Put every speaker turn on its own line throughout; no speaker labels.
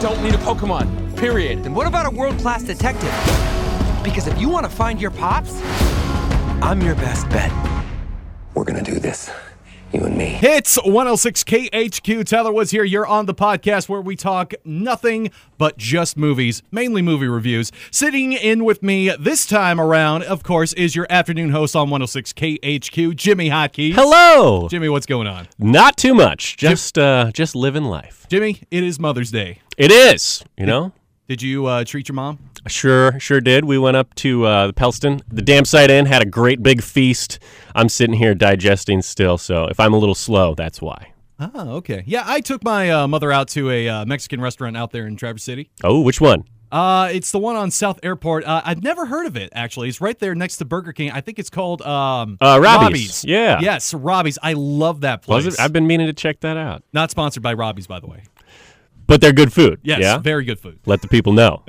don't need a Pokemon. Period.
Then what about a world-class detective? Because if you want to find your pops, I'm your best bet.
We're gonna do this, you and me.
It's 106 KHQ. Tyler Woods here. You're on the podcast where we talk nothing but just movies, mainly movie reviews. Sitting in with me this time around, of course, is your afternoon host on 106 KHQ, Jimmy Hotkey.
Hello.
Jimmy, what's going on?
Not too much. Just uh just living life.
Jimmy, it is Mother's Day.
It is, you know?
Did you uh, treat your mom?
Sure, sure did. We went up to uh, the Pelston, the Dam Site Inn, had a great big feast. I'm sitting here digesting still, so if I'm a little slow, that's why.
Ah, okay. Yeah, I took my uh, mother out to a uh, Mexican restaurant out there in Traverse City.
Oh, which one?
Uh, it's the one on South Airport. Uh, I've never heard of it actually. It's right there next to Burger King. I think it's called um,
Uh, Robbie's. Yeah.
Yes, Robbie's. I love that place.
Was it? I've been meaning to check that out.
Not sponsored by Robbie's, by the way.
But they're good food.
Yes,
yeah.
very good food.
Let the people know.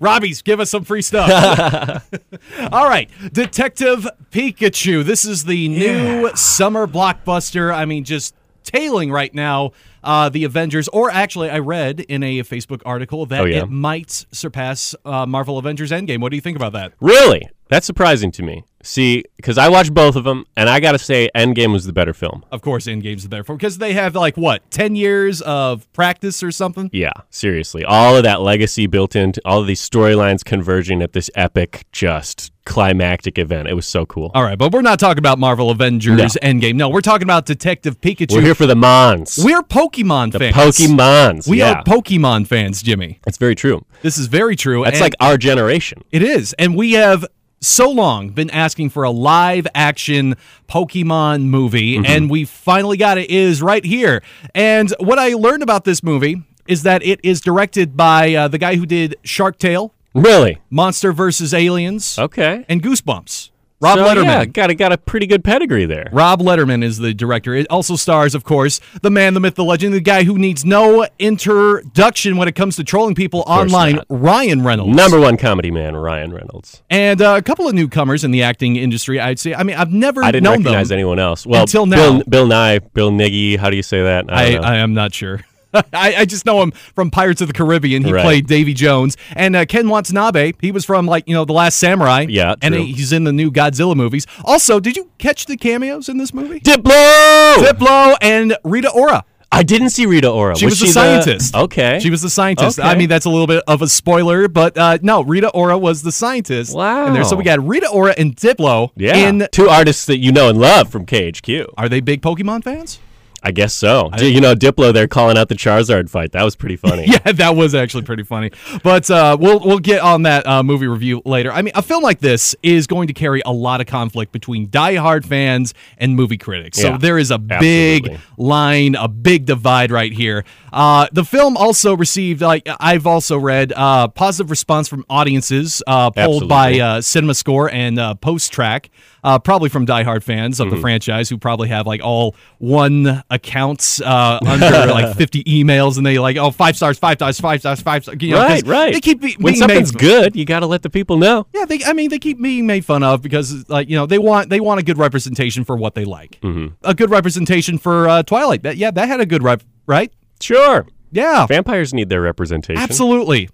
Robbie's, give us some free stuff. All right, Detective Pikachu. This is the new summer blockbuster. I mean, just tailing right now. Uh, the Avengers, or actually, I read in a Facebook article that
Oh, yeah.
it might surpass uh, Marvel Avengers Endgame. What do you think about that?
really? That's surprising to me. See, because I watched both of them, and I got to say, Endgame was the better film.
Of course, Endgame's the better form because they have like what ten years of practice or something.
Yeah, seriously. All of that legacy built into all of these storylines converging at this epic, just climactic event. It was so cool.
All right, but we're not talking about Marvel Avengers Endgame. No, we're talking about Detective Pikachu.
We're here for the Mons.
We're Pokemon
the
fans.
Pokemons.
We
yeah.
are Pokemon fans, Jimmy.
That's very true.
This is very true.
That's
and
like our generation.
it is, and we have so long been asking for a live action Pokemon movie,
Mm-hmm.
and we finally got it. Is right here. And what I learned about this movie is that it is directed by uh, the guy who did Shark Tale,
Really?
Monster vs. Aliens,
Okay.
and Goosebumps. Rob
so,
Letterman.
Yeah, got a, got a pretty good pedigree there.
Rob Letterman is the director. It also stars, of course, the man, the myth, the legend, the guy who needs no introduction when it comes to trolling people
course
online,
not.
Ryan Reynolds.
Number one comedy man, Ryan Reynolds.
And uh, a couple of newcomers in the acting industry, I'd say. I mean, I've never
I didn't
known
recognize
them.
anyone else. Well,
Until now.
Bill, Bill Nye, Bill Niggy. How do you say that? I, don't know.
I, I am not sure. I, I just know him from Pirates of the Caribbean. He
Right.
played Davy Jones. And uh, Ken Watanabe, he was from, like, you know, The Last Samurai.
Yeah,
And
true.
he- he's in the new Godzilla movies. Also, did you catch the cameos in this movie?
Diplo!
Diplo and Rita Ora.
I didn't see Rita Ora.
She was,
she
the scientist.
Okay.
She was the scientist. I
Okay.
mean, that's a little bit of a spoiler, but uh, no, Rita Ora was the scientist. And there, so we
Wow.
got Rita Ora and Diplo.
Yeah.
In,
Two artists that you know and love from KHQ.
are they big Pokemon fans?
I guess so. D you know, Diplo there calling out the Charizard fight. That was pretty funny.
Yeah, that was actually pretty funny. But uh, we'll we'll get on that uh, movie review later. I mean, a film like this is going to carry a lot of conflict between diehard fans and movie critics. So
Yeah,
there is a big
absolutely.
line, a big divide right here. Uh, the film also received, like I've also read, uh, positive response from audiences uh, polled by
Absolutely.
uh, Cinema Score and uh, Post Track, uh, probably from diehard fans of
Mm-hmm.
the franchise who probably have like all one accounts uh, under like 50 emails and they like, oh, five stars, five stars, five stars, five stars. You know, 'cause
right, right.
They keep be-
when
being made.
something's good, you got to let the people know.
Yeah, they, I mean, they keep being made fun of because, like, you know, they want they want a good representation for what they like.
Mm-hmm.
A good representation for uh, Twilight. That, yeah, that had a good rep, right?
Sure,
Yeah,
vampires need their representation.
absolutely.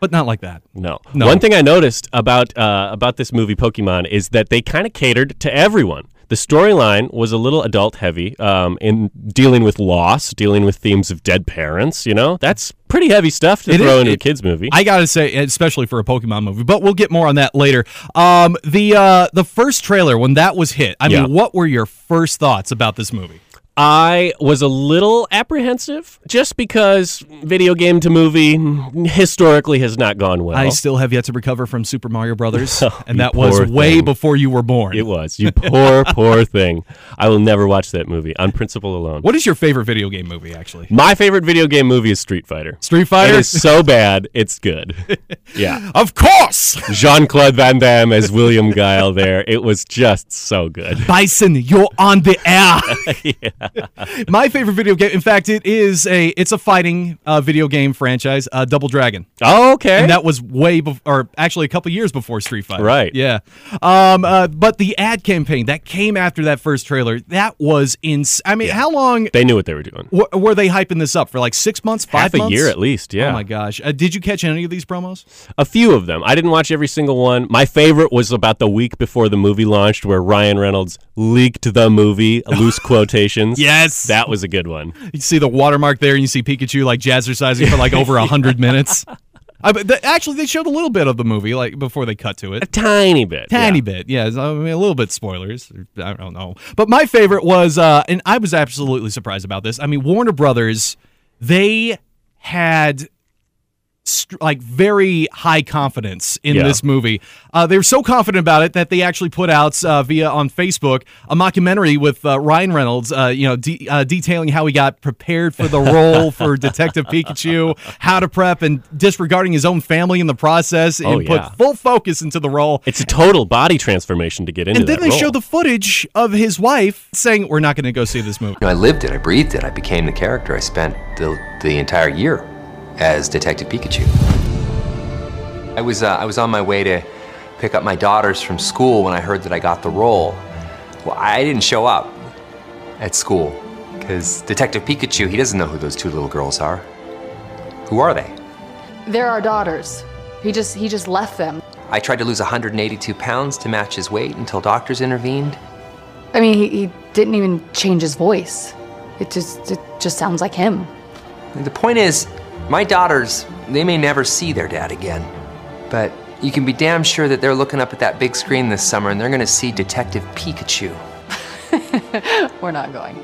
But not like that.
No.
No.
One thing I noticed about uh, about this movie Pokemon is that they kind of catered to everyone. The storyline was a little adult heavy um, in dealing with loss, dealing with themes of dead parents. You know, that's pretty heavy stuff to
It
throw
is-
into
it-
a kids movie.
I gotta say, especially for a Pokemon movie, but we'll get more on that later. Um, the uh, the first trailer when that was hit, I
Yeah.
mean, what were your first thoughts about this movie?
I was a little apprehensive just because video game to movie historically has not gone well.
I still have yet to recover from Super Mario Brothers, and
Uh-huh. you
that was
poor
way
thing.
before you were born.
it was. You poor, poor thing. I will never watch that movie on principle alone.
what is your favorite video game movie, actually?
My favorite video game movie is Street Fighter.
Street Fighter?
It is so bad, it's good. Yeah.
Of course!
Jean Claude Van Damme as William Guile there. It was just so good.
Bison, you're on the air.
yeah.
My favorite video game. In fact, it is a it's a fighting uh, video game franchise, uh, Double Dragon.
Oh, okay.
And that was way before, or actually a couple years before Street Fighter.
Right.
Yeah. Um, uh, but the ad campaign that came after that first trailer, that was ins. I mean, how long
they knew what they were doing.
w- were they hyping this up for? Like six months, five
Half a
months?
year at least, yeah.
Oh my gosh! Uh, did you catch any of these promos?
A few of them. I didn't watch every single one. My favorite was about the week before the movie launched, where Ryan Reynolds leaked the movie, loose quotations.
Yes.
That was a good one.
You see the watermark there, and you see Pikachu like jazzercising for like over a hundred minutes. I, but th- actually, they showed a little bit of the movie like before they cut to it.
Tiny bit.
tiny
yeah.
bit yeah so, I mean, a little bit spoilers i don't know but my favorite was uh and i was absolutely surprised about this i mean warner brothers they had str like very high confidence in
Yeah.
this movie uh, they were so confident about it that they actually put out uh, via on facebook a mockumentary with uh, ryan reynolds uh, you know de- uh, detailing how he got prepared for the role for detective pikachu how to prep and disregarding his own family in the process and
Oh,
put
yeah.
full focus into the role
It's a total body transformation to get into
and then
that
they
role.
show the footage of his wife saying, "We're not going to go see this movie."
You know, I lived it, I breathed it, I became the character. I spent the, the entire year as Detective Pikachu. I was, uh, I was on my way to pick up my daughters from school when I heard that I got the role. Well, I didn't show up at school because Detective Pikachu, he doesn't know who those two little girls are. Who are they?
They're our daughters. He just he just left them.
I tried to lose 182 pounds to match his weight until doctors intervened.
I mean, he, he didn't even change his voice. It just it just sounds like him.
The point is, my daughters, they may never see their dad again, but you can be damn sure that they're looking up at that big screen this summer and they're gonna see Detective Pikachu.
We're not going.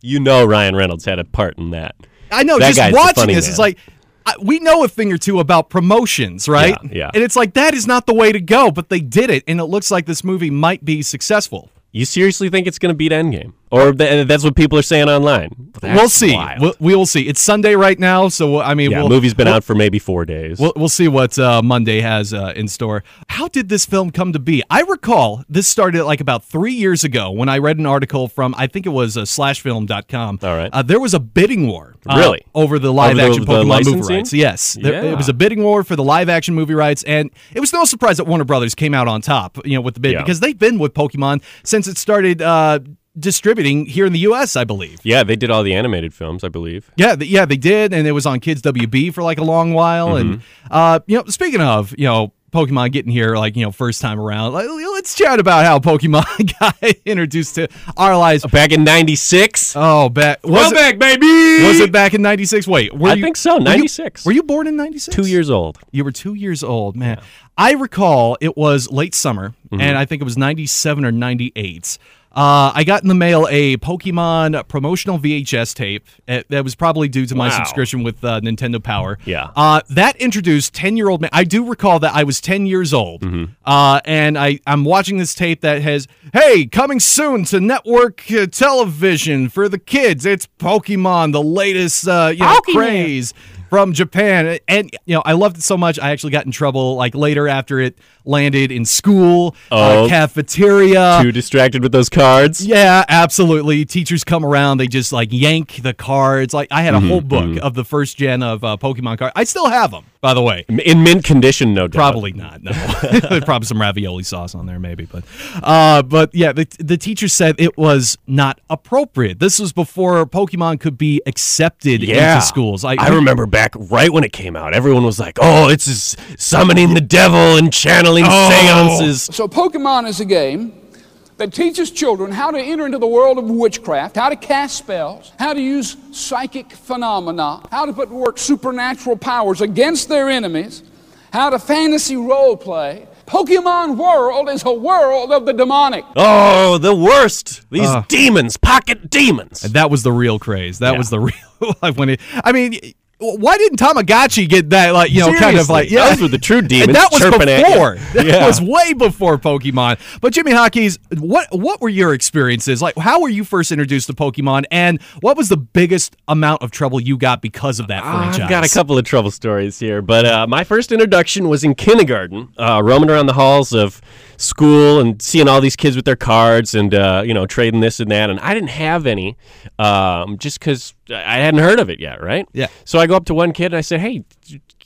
You know Ryan Reynolds had a part in that.
I know.
That guy's
just
the
watching
funny
this,
man.
it's like I, we know a thing or two about promotions, right?
Yeah, yeah.
And it's like that is not the way to go, but they did it, and it looks like this movie might be successful.
You seriously think it's going to beat Endgame? Or th- that's what people are saying online.
we'll
That's
see.
wild.
We'll, we will see. It's Sunday right now, so I mean,
yeah,
we'll,
movie's been
we'll,
out for maybe four days.
We'll, we'll see what uh, Monday has uh, in store. How did this film come to be? I recall this started like about three years ago when I read an article from, I think it was uh, slashfilm.com.
All right.
Uh, there was a bidding war. uh,
Really?
over the live
Over the-
action
the
Pokemon movie
licensing?
rights. Yes. There-
Yeah.
It was a bidding war for the live action movie rights. And it was no surprise that Warner Brothers came out on top, you know, with the bid
Yeah.
because they've been with Pokemon since it started uh, distributing here in the U.S., I believe.
yeah, they did all the animated films, I believe.
Yeah, th- yeah, they did, and it was on Kids WB for like a long while. And
Mm-hmm.
uh, you know, speaking of, you know, Pokemon getting here like you know first time around, like, let's chat about how Pokemon got introduced to our lives.
Back in '96.
Oh, back was it,
back, baby.
was it back in '96? Wait, were
I
you,
think so.
were you-
'96.
Were you, born in '96?
two years old?
You were two years old, man. I recall it was late summer,
Mm-hmm.
and I think it was 97 or 98. Uh, I got in the mail a Pokemon promotional VHS tape eh, that was probably due to my
Wow.
subscription with uh, Nintendo Power.
Yeah.
Uh, that introduced 10 year old man. I do recall that I was 10 years old. Uh, and I, I'm watching this tape that has, hey, coming soon to network uh, television for the kids. It's Pokemon, the latest uh, you know, craze from Japan. And, you know, I loved it so much. I actually got in trouble like later after it landed in school, uh,
Oh.
cafeteria.
Too distracted with those cards.
Yeah, absolutely. Teachers come around, they just like yank the cards. Like I had a
Mm-hmm,
whole book of the first gen of uh, Pokemon cards. I still have them, by the way.
In mint condition, no doubt.
Probably not. No, There's probably some ravioli sauce on there, maybe. But, uh, but yeah, the the teacher said it was not appropriate. This was before Pokemon could be accepted
Yeah.
into schools. Like,
I remember back right when it came out, everyone was like, "Oh, it's is summoning the devil and channeling
Oh!
seances."
So, Pokemon is a game that teaches children how to enter into the world of witchcraft, how to cast spells, how to use psychic phenomena, how to put to work supernatural powers against their enemies, how to fantasy role play. Pokemon World is a world of the demonic.
Oh, Uh. the worst! These demons, pocket demons.
That was the real craze. That was the real like when it. I mean, Why didn't Tamagotchi get that? Like you know, kind of
Seriously,
like yeah,
those were the true demons
And that was
chirping at you.
before. That
Yeah.
was way before Pokemon. But Jimmy Hockey's, what what were your experiences like? How were you first introduced to Pokemon, and what was the biggest amount of trouble you got because of that franchise?
I've got a couple of trouble stories here, but uh, my first introduction was in kindergarten, uh, roaming around the halls of school and seeing all these kids with their cards and uh, you know trading this and that. And I didn't have any, um, just because I I hadn't heard of it yet, right?
Yeah.
So I go up to one kid and I said, "Hey,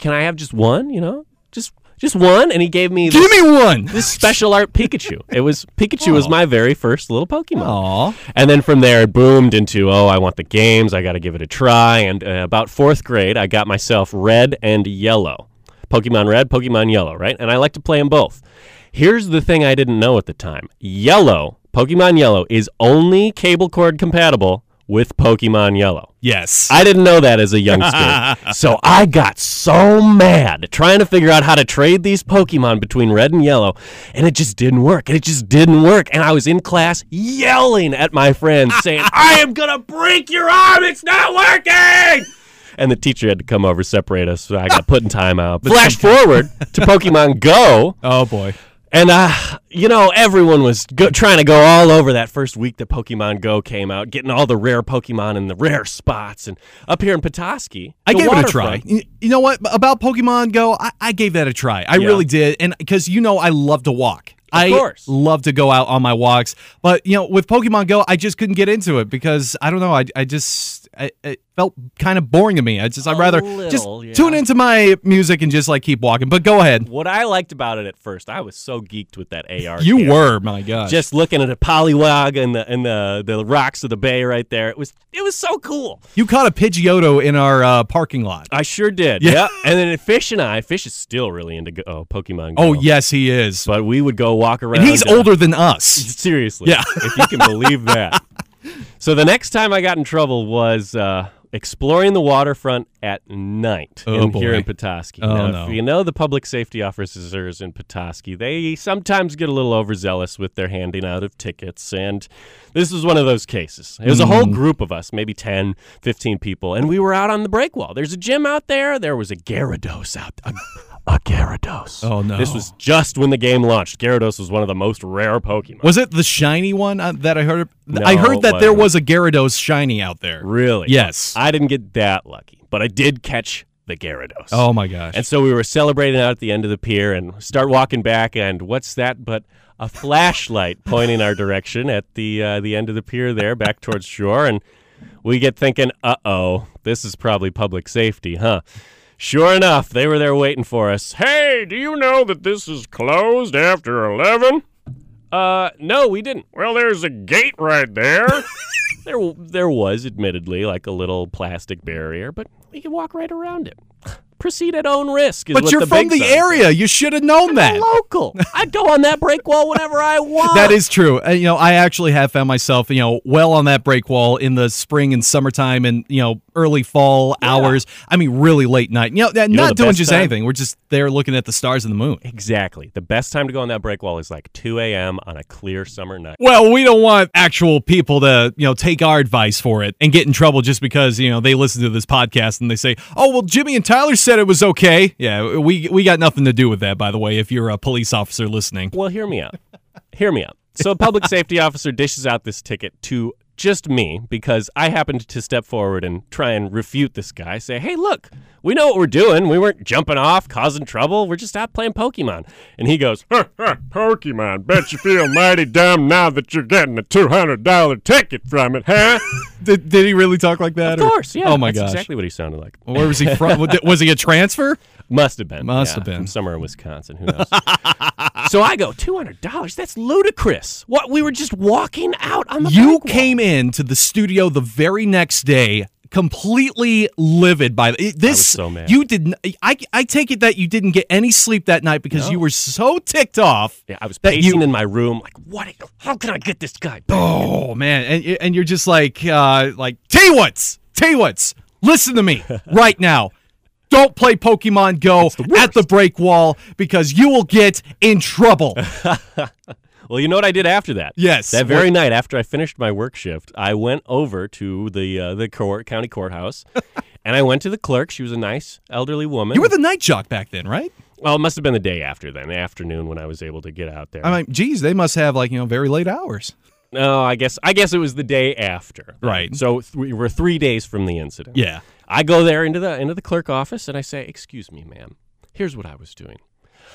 can I have just one? You know, just just one?" And he gave me
Give me
this-
one. Oh.
this special art Pikachu. It was Pikachu was my very first little Pokemon.
Aw.
And then from there it boomed into oh I want the games I got to give it a try and uh, about 4th grade I got myself Red and Yellow. Pokemon Red, Pokemon Yellow, right? And I like to play them both. Here's the thing I didn't know at the time. Yellow, Pokemon Yellow is only cable cord compatible with Pokemon Yellow.
Yes.
I didn't know that as a youngster. so I got so mad trying to figure out how to trade these Pokemon between red and yellow, and it just didn't work. And it just didn't work. And I was in class yelling at my friends, saying, I am going to break your arm. It's not working. And the teacher had to come over, separate us. So I got put in timeout. Flash forward to Pokemon Go.
oh boy.
And uh, you know, everyone was go- trying to go all over that first week that Pokemon Go came out, getting all the rare Pokemon in the rare spots. And up here in Petoskey,
I
the
gave it a try.
waterfront-
Y- You know what about Pokemon Go? I, I gave that a try. I
Yeah.
really did, and because you know I love to walk. I
course.
love to go out on my walks, but you know with Pokemon Go, I just couldn't get into it because I don't know. I, I just I, it felt kind of boring to me. I just I'd rather just
little, yeah.
tune into my music and just like keep walking. But go ahead.
What I liked about it at first, I was so geeked with that AR.
You
camera.
were my god.
just looking at a polywog and the and the, the rocks of the bay right there. It was it was so cool.
you caught a Pidgeotto in our uh, parking lot.
I sure did.
Yeah.
Yep. And then Fish and I, Fish is still really into go- oh, Pokemon. Go.
oh yes, he is.
But we would go walk around.
and he's
uh,
older than us.
Seriously.
Yeah.
if you can believe that. So the next time I got in trouble was uh, exploring the waterfront at night
Oh,
in, here
boy.
in Petoskey.
Oh,
Now,
no.
If you know the public safety officers in Petoskey, they sometimes get a little overzealous with their handing out of tickets. And this was one of those cases. It was a
Mm-hmm.
whole group of us, maybe 10, 15 people. And we were out on the break wall. There's a gym out there. There was a Gyarados out there. A Gyarados.
Oh, no.
This was just when the game launched. Gyarados was one of the most rare Pokemon.
Was it the shiny one uh, that I heard? I
No,
heard
it
that there
wasn't.
was a Gyarados shiny out there.
Really?
Yes.
I didn't get that lucky, but I did catch the Gyarados.
Oh my gosh.
And so we were celebrating out at the end of the pier and start walking back, and what's that but a flashlight pointing our direction at the uh, the end of the pier there, back towards shore, and we get thinking, uh oh, this is probably public safety, huh? Sure enough, they were there waiting for us. Hey, do you know that this is closed after eleven? Uh, no, we didn't. Well, there's a gate right there. there, there was admittedly like a little plastic barrier, but we could walk right around it. Proceed at own risk. Is
but
what
you're
the
from
big
the
sign
area. You should have known
said.
that.
Local. I'd go on that break wall whenever I want.
That is true. Uh, you know, I actually have found myself, you know, well on that break wall in the spring and summertime and, you know, early fall hours. I mean, really late night. You know, that-
know
not
the
doing
best
just
time?
anything. We're just there looking at the stars and the moon.
exactly the best time to go on that break wall is like 2 a.m. on a clear summer night.
Well, we don't want actual people to, you know, take our advice for it and get in trouble just because, you know, they listen to this podcast and they say, "Oh, well, Jimmy and Tyler said it was okay." Yeah, we we got nothing to do with that, by the way, if you're a police officer listening.
Well, hear me out. hear me out. So, a public safety officer dishes out this ticket to just me because I happened to step forward and try and refute this guy. Say, hey, look, we know what we're doing. We weren't jumping off, causing trouble. We're just out playing Pokemon. And he goes, huh, huh, Pokemon. Bet you feel mighty dumb now that you're getting a $200 ticket from it, huh?
Did, did he really talk like that?
of
or-
course, yeah.
Oh my
that's
gosh.
exactly what he sounded like.
Where was he from? was he a transfer?
Must have been.
Must
yeah,
have been.
from somewhere in Wisconsin. Who knows? so I go two hundred dollars. That's ludicrous. What we were just walking out on the
You
back wall.
came into the studio the very next day completely livid by the, this
so mad.
you didn't I, I take it that you didn't get any sleep that night because you were so ticked off
Yeah, I was
that
pacing
you
in my room like, what? How can I get this guy? back?
Oh man, and y- and you're just like uh like tell you what's tell you what's listen to me right now. Don't play Pokemon Go at the break wall because you will get in trouble.
Well, you know what I did after that?
Oh. Yes.
That very night after I finished my work shift, I went over to the uh, the court, county courthouse And I went to the clerk. She was a nice elderly woman.
You were the night jock back then, right?
well, it must have been the day after then, the afternoon when I was able to get out there.
I mean, geez, they must have like you know very late hours.
no, I guess I guess it was the day after.
Right.
So th- we were three days from the incident.
Yeah.
I go there into the into the clerk office and I say, "Excuse me, ma'am. Here's what I was doing.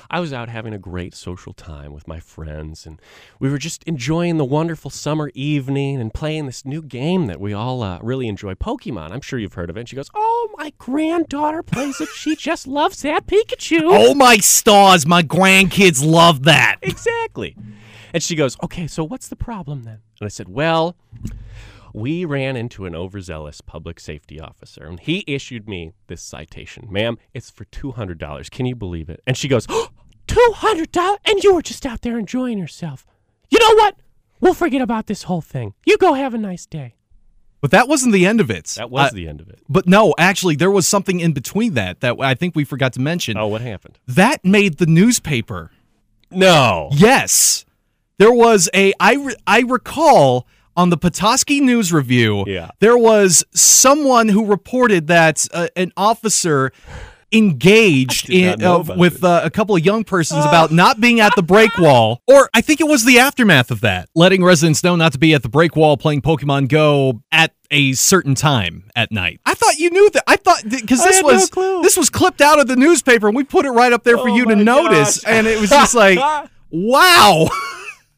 I was out having a great social time with my friends and we were just enjoying the wonderful summer evening and playing this new game that we all uh, really enjoy, Pokemon. I'm sure you've heard of it." And she goes, "Oh, my granddaughter plays it. She just loves that Pikachu."
Oh my stars! My grandkids love that.
exactly. And she goes, Okay, so what's the problem then? And I said, Well, we ran into an overzealous public safety officer and he issued me this citation. Ma'am, it's for $200. Can you believe it? And she goes, "Oh, $200? And you were just out there enjoying yourself. You know what? We'll forget about this whole thing. You go have a nice day.
But that wasn't the end of it.
That was
Uh,
the end of it.
But no, actually, there was something in between that that I think we forgot to mention.
Oh, what happened?
That made the newspaper.
No.
Yes. There was a I re- I recall on the Petoskey News Review.
Yeah.
There was someone who reported that uh, an officer engaged
I did not
in
know
uh,
about
with
this.
uh, a couple of young persons about not being at the break wall or I think it was the aftermath of that letting residents know not to be at the break wall playing Pokemon Go at a certain time at night. I thought you knew that. I thought because
I
this
had no
was
clue.
this was clipped out of the newspaper and we put it right up there for
Oh
you to
my
notice
gosh.
and it was just like wow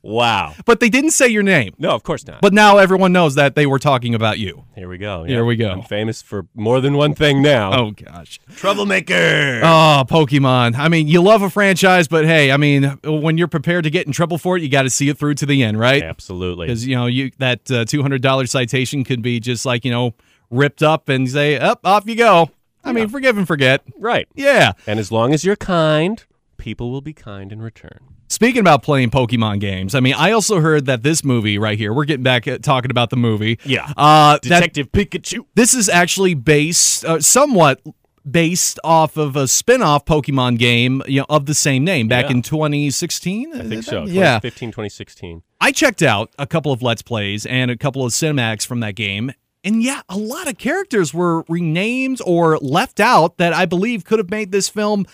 Wow.
but they didn't say your name
No, of course not.
but now everyone knows that they were talking about you
here we go.
Here we go.
I'm famous for more than one thing now.
oh gosh
Troublemaker.
oh pokemon i mean you love a franchise but hey i mean when you're prepared to get in trouble for it you got to see it through to the end right
Absolutely.
because you know you that uh, $200 citation could be just like you know ripped up and say up off you go i mean forgive and forget
Right.
yeah
And as long as you're kind, people will be kind in return.
Speaking about playing Pokemon games, I mean, I also heard that this movie right here, we're getting back at talking about the movie.
Yeah.
Uh, that,
Detective Pikachu.
this is actually based, uh, somewhat based off of a spin off Pokemon game you know, of the same name back
Yeah.
in 2016.
I think so.
Yeah.
2015, 2016.
I checked out a couple of Let's Plays and a couple of cinematics from that game. And yeah, a lot of characters were renamed or left out that I believe could have made this film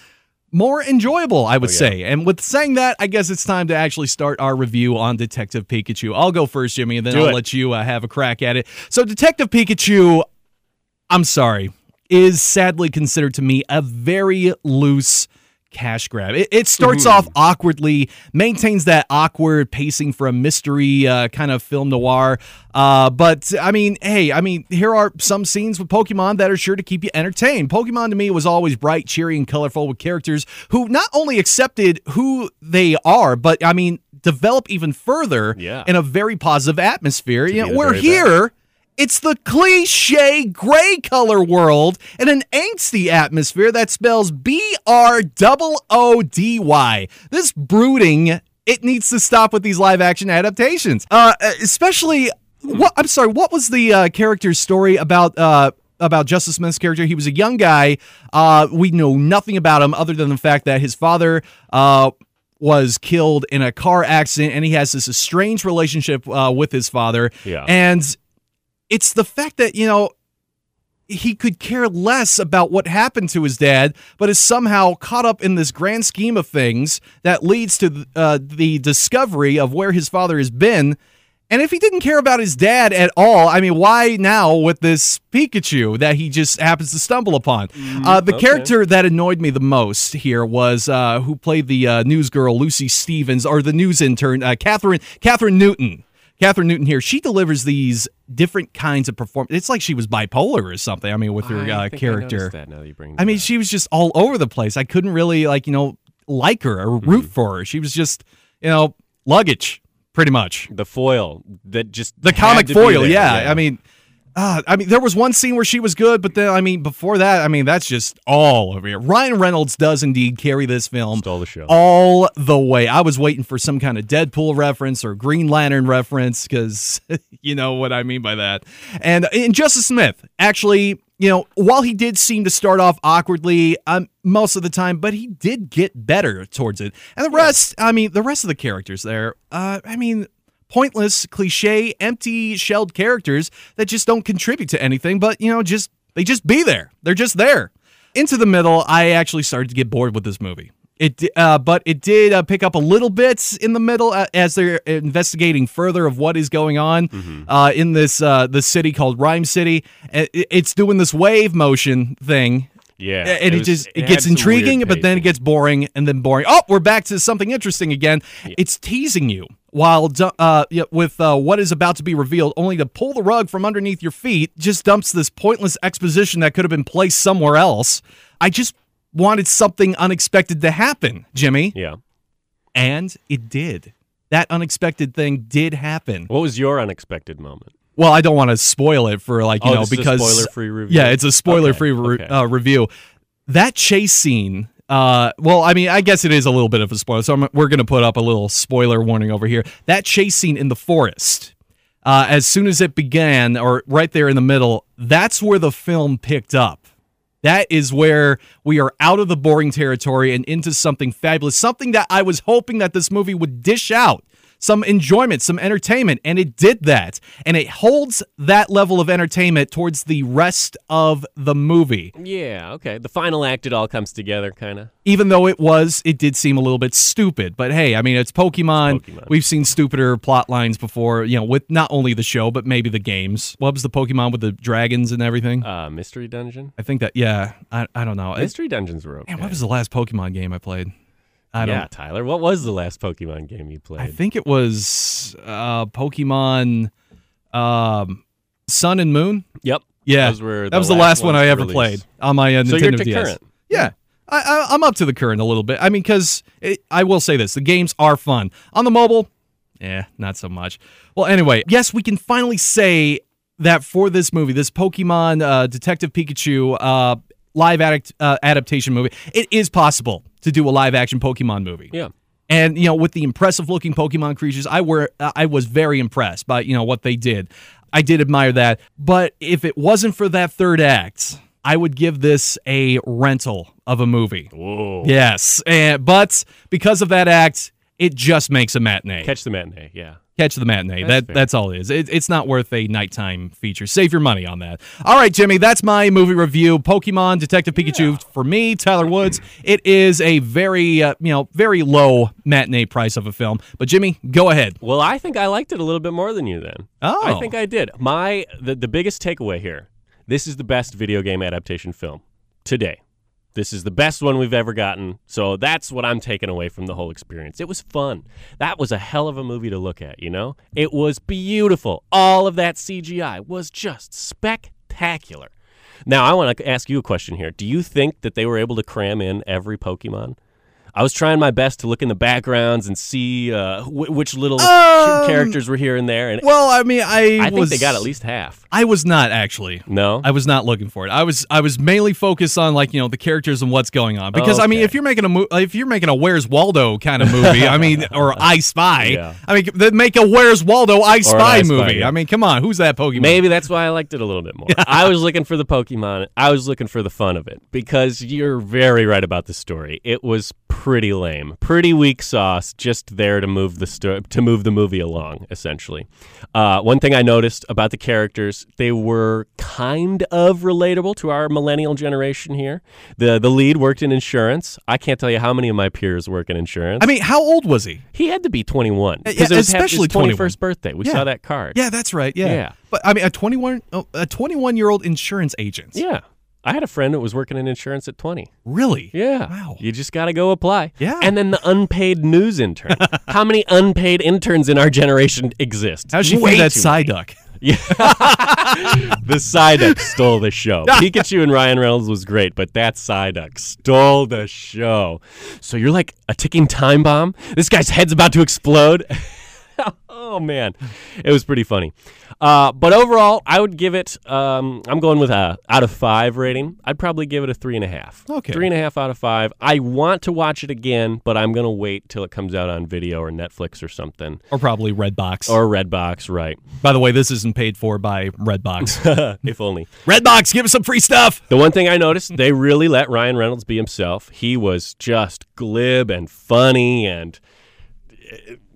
more enjoyable, I
Oh,
would say. And with saying that, I guess it's time to actually start our review on Detective Pikachu. I'll go first, Jimmy, and then
Do
I'll
it.
let you uh, have a crack at it. So, Detective Pikachu, I'm sorry, is sadly considered to me a very loose cash grab. It, it starts off
Mm-hmm.
awkwardly, maintains that awkward pacing for a mystery uh, kind of film noir. Uh, but I mean, hey, I mean, here are some scenes with Pokemon that are sure to keep you entertained. Pokemon to me was always bright, cheery, and colorful with characters who not only accepted who they are, but I mean, develop even further
Yeah.
in a very positive atmosphere. You know,
the
we're
very
here here, it's the cliche gray color world and an angsty atmosphere that spells B R O O D Y. This brooding, it needs to stop with these live action adaptations. Uh, especially, what I'm sorry, what was the uh, character's story about? Uh, about Justice Smith's character, he was a young guy. Uh, we know nothing about him other than the fact that his father uh, was killed in a car accident, and he has this estranged relationship uh, with his father.
Yeah.
And it's the fact that, you know, he could care less about what happened to his dad, but is somehow caught up in this grand scheme of things that leads to uh, the discovery of where his father has been. And if he didn't care about his dad at all, I mean, why now with this Pikachu that he just happens to stumble upon? Uh, the character that annoyed me the most here was uh, who played the uh, news girl Lucy Stevens or the news intern uh, Catherine Catherine Newton. Catherine Newton here. She delivers these different kinds of performance. It's like she was bipolar or something. I mean, with her
I
uh,
think I
character.
noticed that now that you bring
I
that
mean,
up.
she was just all over the place. I couldn't really like you know like her or
Hmm.
root for her. She was just you know luggage pretty much.
the foil that just
The
had
comic
to be
foil,
there.
yeah. I mean, uh, I mean, there was one scene where she was good, but then I mean, before that, I mean, that's just all over here. Ryan Reynolds does indeed carry this film
stole the show.
all the way. I was waiting for some kind of Deadpool reference or Green Lantern reference because you know what I mean by that. And and Justice Smith actually, you know, while he did seem to start off awkwardly um, most of the time, but he did get better towards it. And the rest, I mean, the rest of the characters there, uh, I mean. Pointless, cliche, empty shelled characters that just don't contribute to anything, but you know, just They just be there. They're just there. Into the middle, I actually started to get bored with this movie. It, di- uh, but it did uh, pick up a little bit in the middle uh, as they're investigating further of what is going on uh, in this uh, this city called Rhyme City. Uh, it- It's doing this wave motion thing,
Yeah,
and it,
was-
just it,
had
gets
some weird
intriguing, but then it
pacing.
gets boring, and then boring. Oh, we're back to something interesting again. It's teasing you while du- uh, yeah, with uh, what is about to be revealed, only to pull the rug from underneath your feet. Just dumps this pointless exposition that could have been placed somewhere else. I just wanted something unexpected to happen, Jimmy,
yeah.
and it did. That unexpected thing did happen.
What was your unexpected moment?
Well, I don't want to spoil it for like you
Oh,
know
this is a
because
spoiler-free review?
Yeah, it's a spoiler-free
Okay,
re-
okay.
Uh, review. That chase scene. Uh, well, I mean, I guess it is a little bit of a spoiler, so I'm, we're going to put up a little spoiler warning over here. That chase scene in the forest, uh, as soon as it began, or right there in the middle, that's where the film picked up. That is where we are out of the boring territory and into something fabulous, something that I was hoping that this movie would dish out some enjoyment, some entertainment, and it did that. And it holds that level of entertainment towards the rest of the movie.
Yeah, okay. The final act, it all comes together, kind of.
Even though it was, it did seem a little bit stupid. But hey, I mean, it's Pokemon.
Pokemon.
We've seen stupider plot lines before, you know, with not only the show, but maybe the games. What was the Pokemon with the dragons and everything?
Uh, Mystery Dungeon.
I think that, yeah, I, I don't know. It-
Mystery Dungeons were okay.
Man, what was the last Pokemon game I played? I don't.
yeah, Tyler. What was the last Pokemon game you played?
I think it was uh, Pokemon um, Sun and Moon.
yep.
Yeah,
Those were
that was the last one
ones
I ever
released.
played on my uh, Nintendo
So you're to
DS.
current.
Yeah, I, I, I'm up to the current a little bit. I mean, because I will say this: the games are fun on the mobile. Yeah, Eh, not so much. Well, anyway, yes, we can finally say that for this movie, this Pokemon uh, Detective Pikachu uh, live addict, uh, adaptation movie, it is possible to do a live action Pokemon movie.
Yeah.
And you know, with the impressive looking Pokemon creatures, I were I was very impressed by you know what they did. I did admire that. But if it wasn't for that third act, I would give this a rental of a movie.
Whoa.
Yes, and, but because of that act, it just makes a matinee. Catch,
Catch the matinee. Yeah.
the matinee.
That's
that
fair.
that's all it is. It, it's not worth a nighttime feature. Save your money on that. All right, Jimmy, that's my movie review. Pokemon Detective Pikachu for me, Tyler Woods. It is a very uh, you know very low matinee price of a film. But Jimmy, go ahead.
Well, I think I liked it a little bit more than you then.
Oh.
I think I did. My the, the biggest takeaway here. This is the best video game adaptation film today. This is the best one we've ever gotten. So that's what I'm taking away from the whole experience. It was fun. That was a hell of a movie to look at, you know? It was beautiful. All of that CGI was just spectacular. Now, I want to ask you a question here. Do you think that they were able to cram in every Pokemon? I was trying my best to look in the backgrounds and see uh, wh- which little
Um,
characters were here and there, and
Well, I mean, I
I
was,
think they got at least half.
I was not actually.
No,
I was not looking for it. I was I was mainly focused on like you know the characters and what's going on because I mean
Okay.
if you're making a mo- if you're making a Where's Waldo kind of movie I mean or I Spy
Yeah.
I mean then make a Where's Waldo I Spy
I Spy,
movie
yeah.
I mean come on who's that Pokemon
Maybe that's why I liked it a little bit more. I was looking for the Pokemon. I was looking for the fun of it because you're very right about the story. It was pretty lame, pretty weak sauce, just there to move the sto- to move the movie along. Essentially, uh, one thing I noticed about the characters, they were kind of relatable to our millennial generation here. the The lead worked in insurance. I can't tell you how many of my peers work in insurance.
I mean how old was he
he had to be 21
yeah,
it was hap-
especially
his
21.
21st birthday. We
Yeah.
saw that card.
Yeah that's right yeah,
Yeah.
but I mean a 21 oh, a 21 year old insurance agent
Yeah. I had a friend that was working in insurance at 20.
really
Yeah.
wow
You just got to go apply.
Yeah.
And then the unpaid news intern. How many unpaid interns in our generation exist?
how's she
Way
feel that
too
Psyduck
many. The Psyduck stole the show. Pikachu and Ryan Reynolds was great, but that Psyduck stole the show. So you're like a ticking time bomb. This guy's head's about to explode. oh, man. It was pretty funny. Uh, but overall, I would give it, um, I'm going with a out of five rating. I'd probably give it a three and a half.
Okay.
Three and a half out of five. I want to watch it again, but I'm going to wait till it comes out on video or Netflix or something.
or probably Redbox
Or Redbox, right.
by the way this isn't paid for by Redbox
if only.
Redbox give us some free stuff
The one thing I noticed, they really let Ryan Reynolds be himself. He was just glib and funny and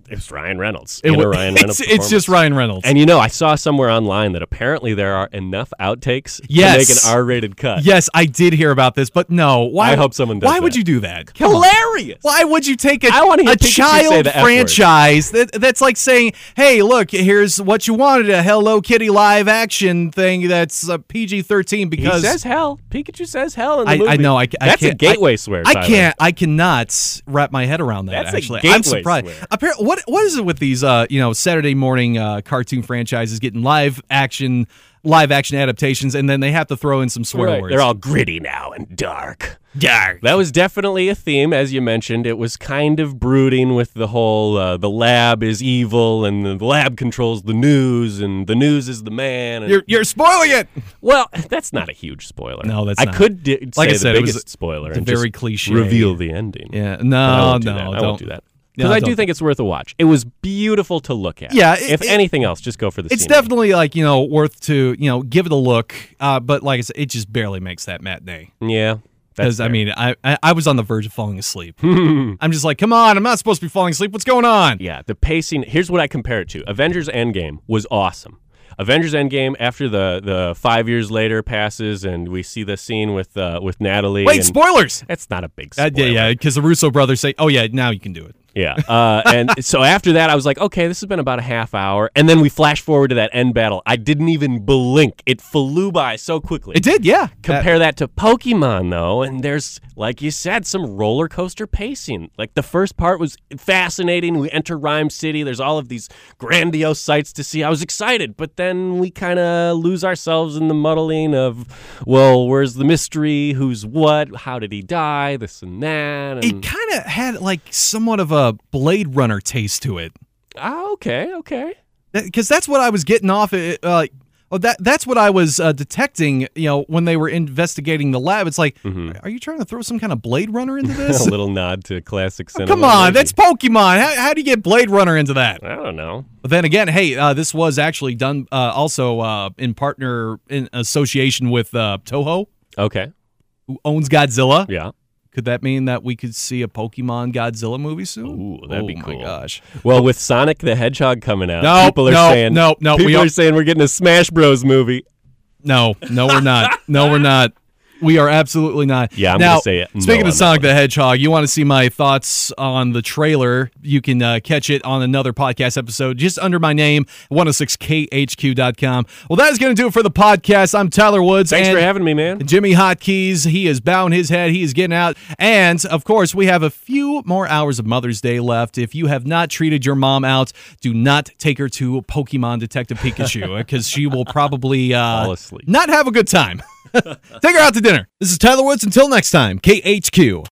it's Ryan Reynolds.
It
in a
wa-
Ryan Reynolds.
it's, it's just
performance.
Ryan Reynolds.
And you know, I saw somewhere online that apparently there are enough outtakes
Yes.
to make an R-rated cut.
yes, I did hear about this, but no. Why?
I hope someone does
Why would
that.
you do that? Come on.
Hilarious.
Why would you take a,
I wanna hear
a
Pikachu say
child
the F word.
franchise that, that's like saying, hey, look, here's what you wanted a Hello Kitty live action thing that's a PG 13
He
because.
says hell. Pikachu says hell in the
I,
movie.
I know. I, ca- I
That's
can't,
a gateway
I,
swear.
I
Tyler.
can't. I cannot wrap my head around that.
That's a
actually, I'm
gateway
surprised.
swear.
Appar- what what is it with these uh you know Saturday morning uh, cartoon franchises getting live action live action adaptations and then they have to throw in some swear
Right.
words?
They're all gritty now and dark. Dark. That was definitely a theme, as you mentioned. It was kind of brooding with the whole uh, the lab is evil and the lab controls the news and the news is the man. And,
you're you're spoiling it.
well, that's not a huge spoiler.
No, that's
I
not.
could di-
Like I
say
said,
the
it was
biggest
a-
spoiler
it's a
and
very
just
cliche-
reveal the ending.
Yeah.
But I
No.
won't do
no.
that. I
don't.
won't do that.
No,
Because I do
don't.
think it's worth a watch. It was beautiful to look at.
Yeah, it-
if
it-
anything else, just go for the.
It's
scenery.
definitely like you know worth to you know give it a look, uh, but like I said, it just barely makes that matinee.
Yeah. that's
Because I
fair.
mean, I, I I was on the verge of falling asleep. I'm just like, come on, I'm not supposed to be falling asleep. What's going on?
Yeah, the pacing. Here's what I compare it to: Avengers Endgame was awesome. Avengers Endgame. After the the five years later passes, and we see the scene with uh, with Natalie.
Wait,
and-
spoilers.
That's not a big spoiler.
Uh, yeah, yeah, because the Russo brothers say, "Oh yeah, now you can do it."
yeah. Uh, and so after that, I was like, okay, this has been about a half hour, and then we flash forward to that end battle. I didn't even blink; it flew by so quickly.
It did, yeah.
Compare that to Pokemon though, and there's like you said, some roller coaster pacing. Like the first part was fascinating. We enter Rhyme City. There's all of these grandiose sights to see. I was excited, but then we kind of lose ourselves in the muddling of, well, where's the mystery? Who's what? How did he die? This and that.
It
And,
kind of had like somewhat of a Blade Runner taste to it,
ah, okay, okay.
because that's what I was getting off. It, uh, well, that that's what I was uh, detecting. You know, when they were investigating the lab, it's like,
Mm-hmm.
are you trying to throw some kind of Blade Runner into
A
this?
little nod to classic cinema.
Come on,
maybe.
that's Pokemon. How, how do you get Blade Runner into that?
I don't know.
But then again, hey, uh, this was actually done uh, also uh, in partner in association with uh, Toho,
Okay,
who owns Godzilla.
yeah.
Could that mean that we could see a Pokemon Godzilla movie soon?
Ooh, that'd be
Oh
cool.
my gosh.
Well, with Sonic the Hedgehog coming out,
No,
people are
no,
saying
no, no, we
People
are-
are saying we're getting a Smash Bros movie.
No, no, we're not. No, we're not. We are absolutely not.
Yeah, I'm
now,
gonna say it. No
Speaking
on
of
that
Sonic the Hedgehog, you want to see my thoughts on the trailer? You can uh, catch it on another podcast episode just under my name, 106khq.com. Well, that is going to do it for the podcast. I'm Tyler Woods.
Thanks
and
for having me, man.
Jimmy Hotkeys, he is bowing his head. He is getting out. And of course, we have a few more hours of Mother's Day left. If you have not treated your mom out, do not take her to Pokemon Detective Pikachu because she will probably uh,
Fall asleep.
not have a good time. take her out to dinner. This is Tyler Woods. Until next time, KHQ.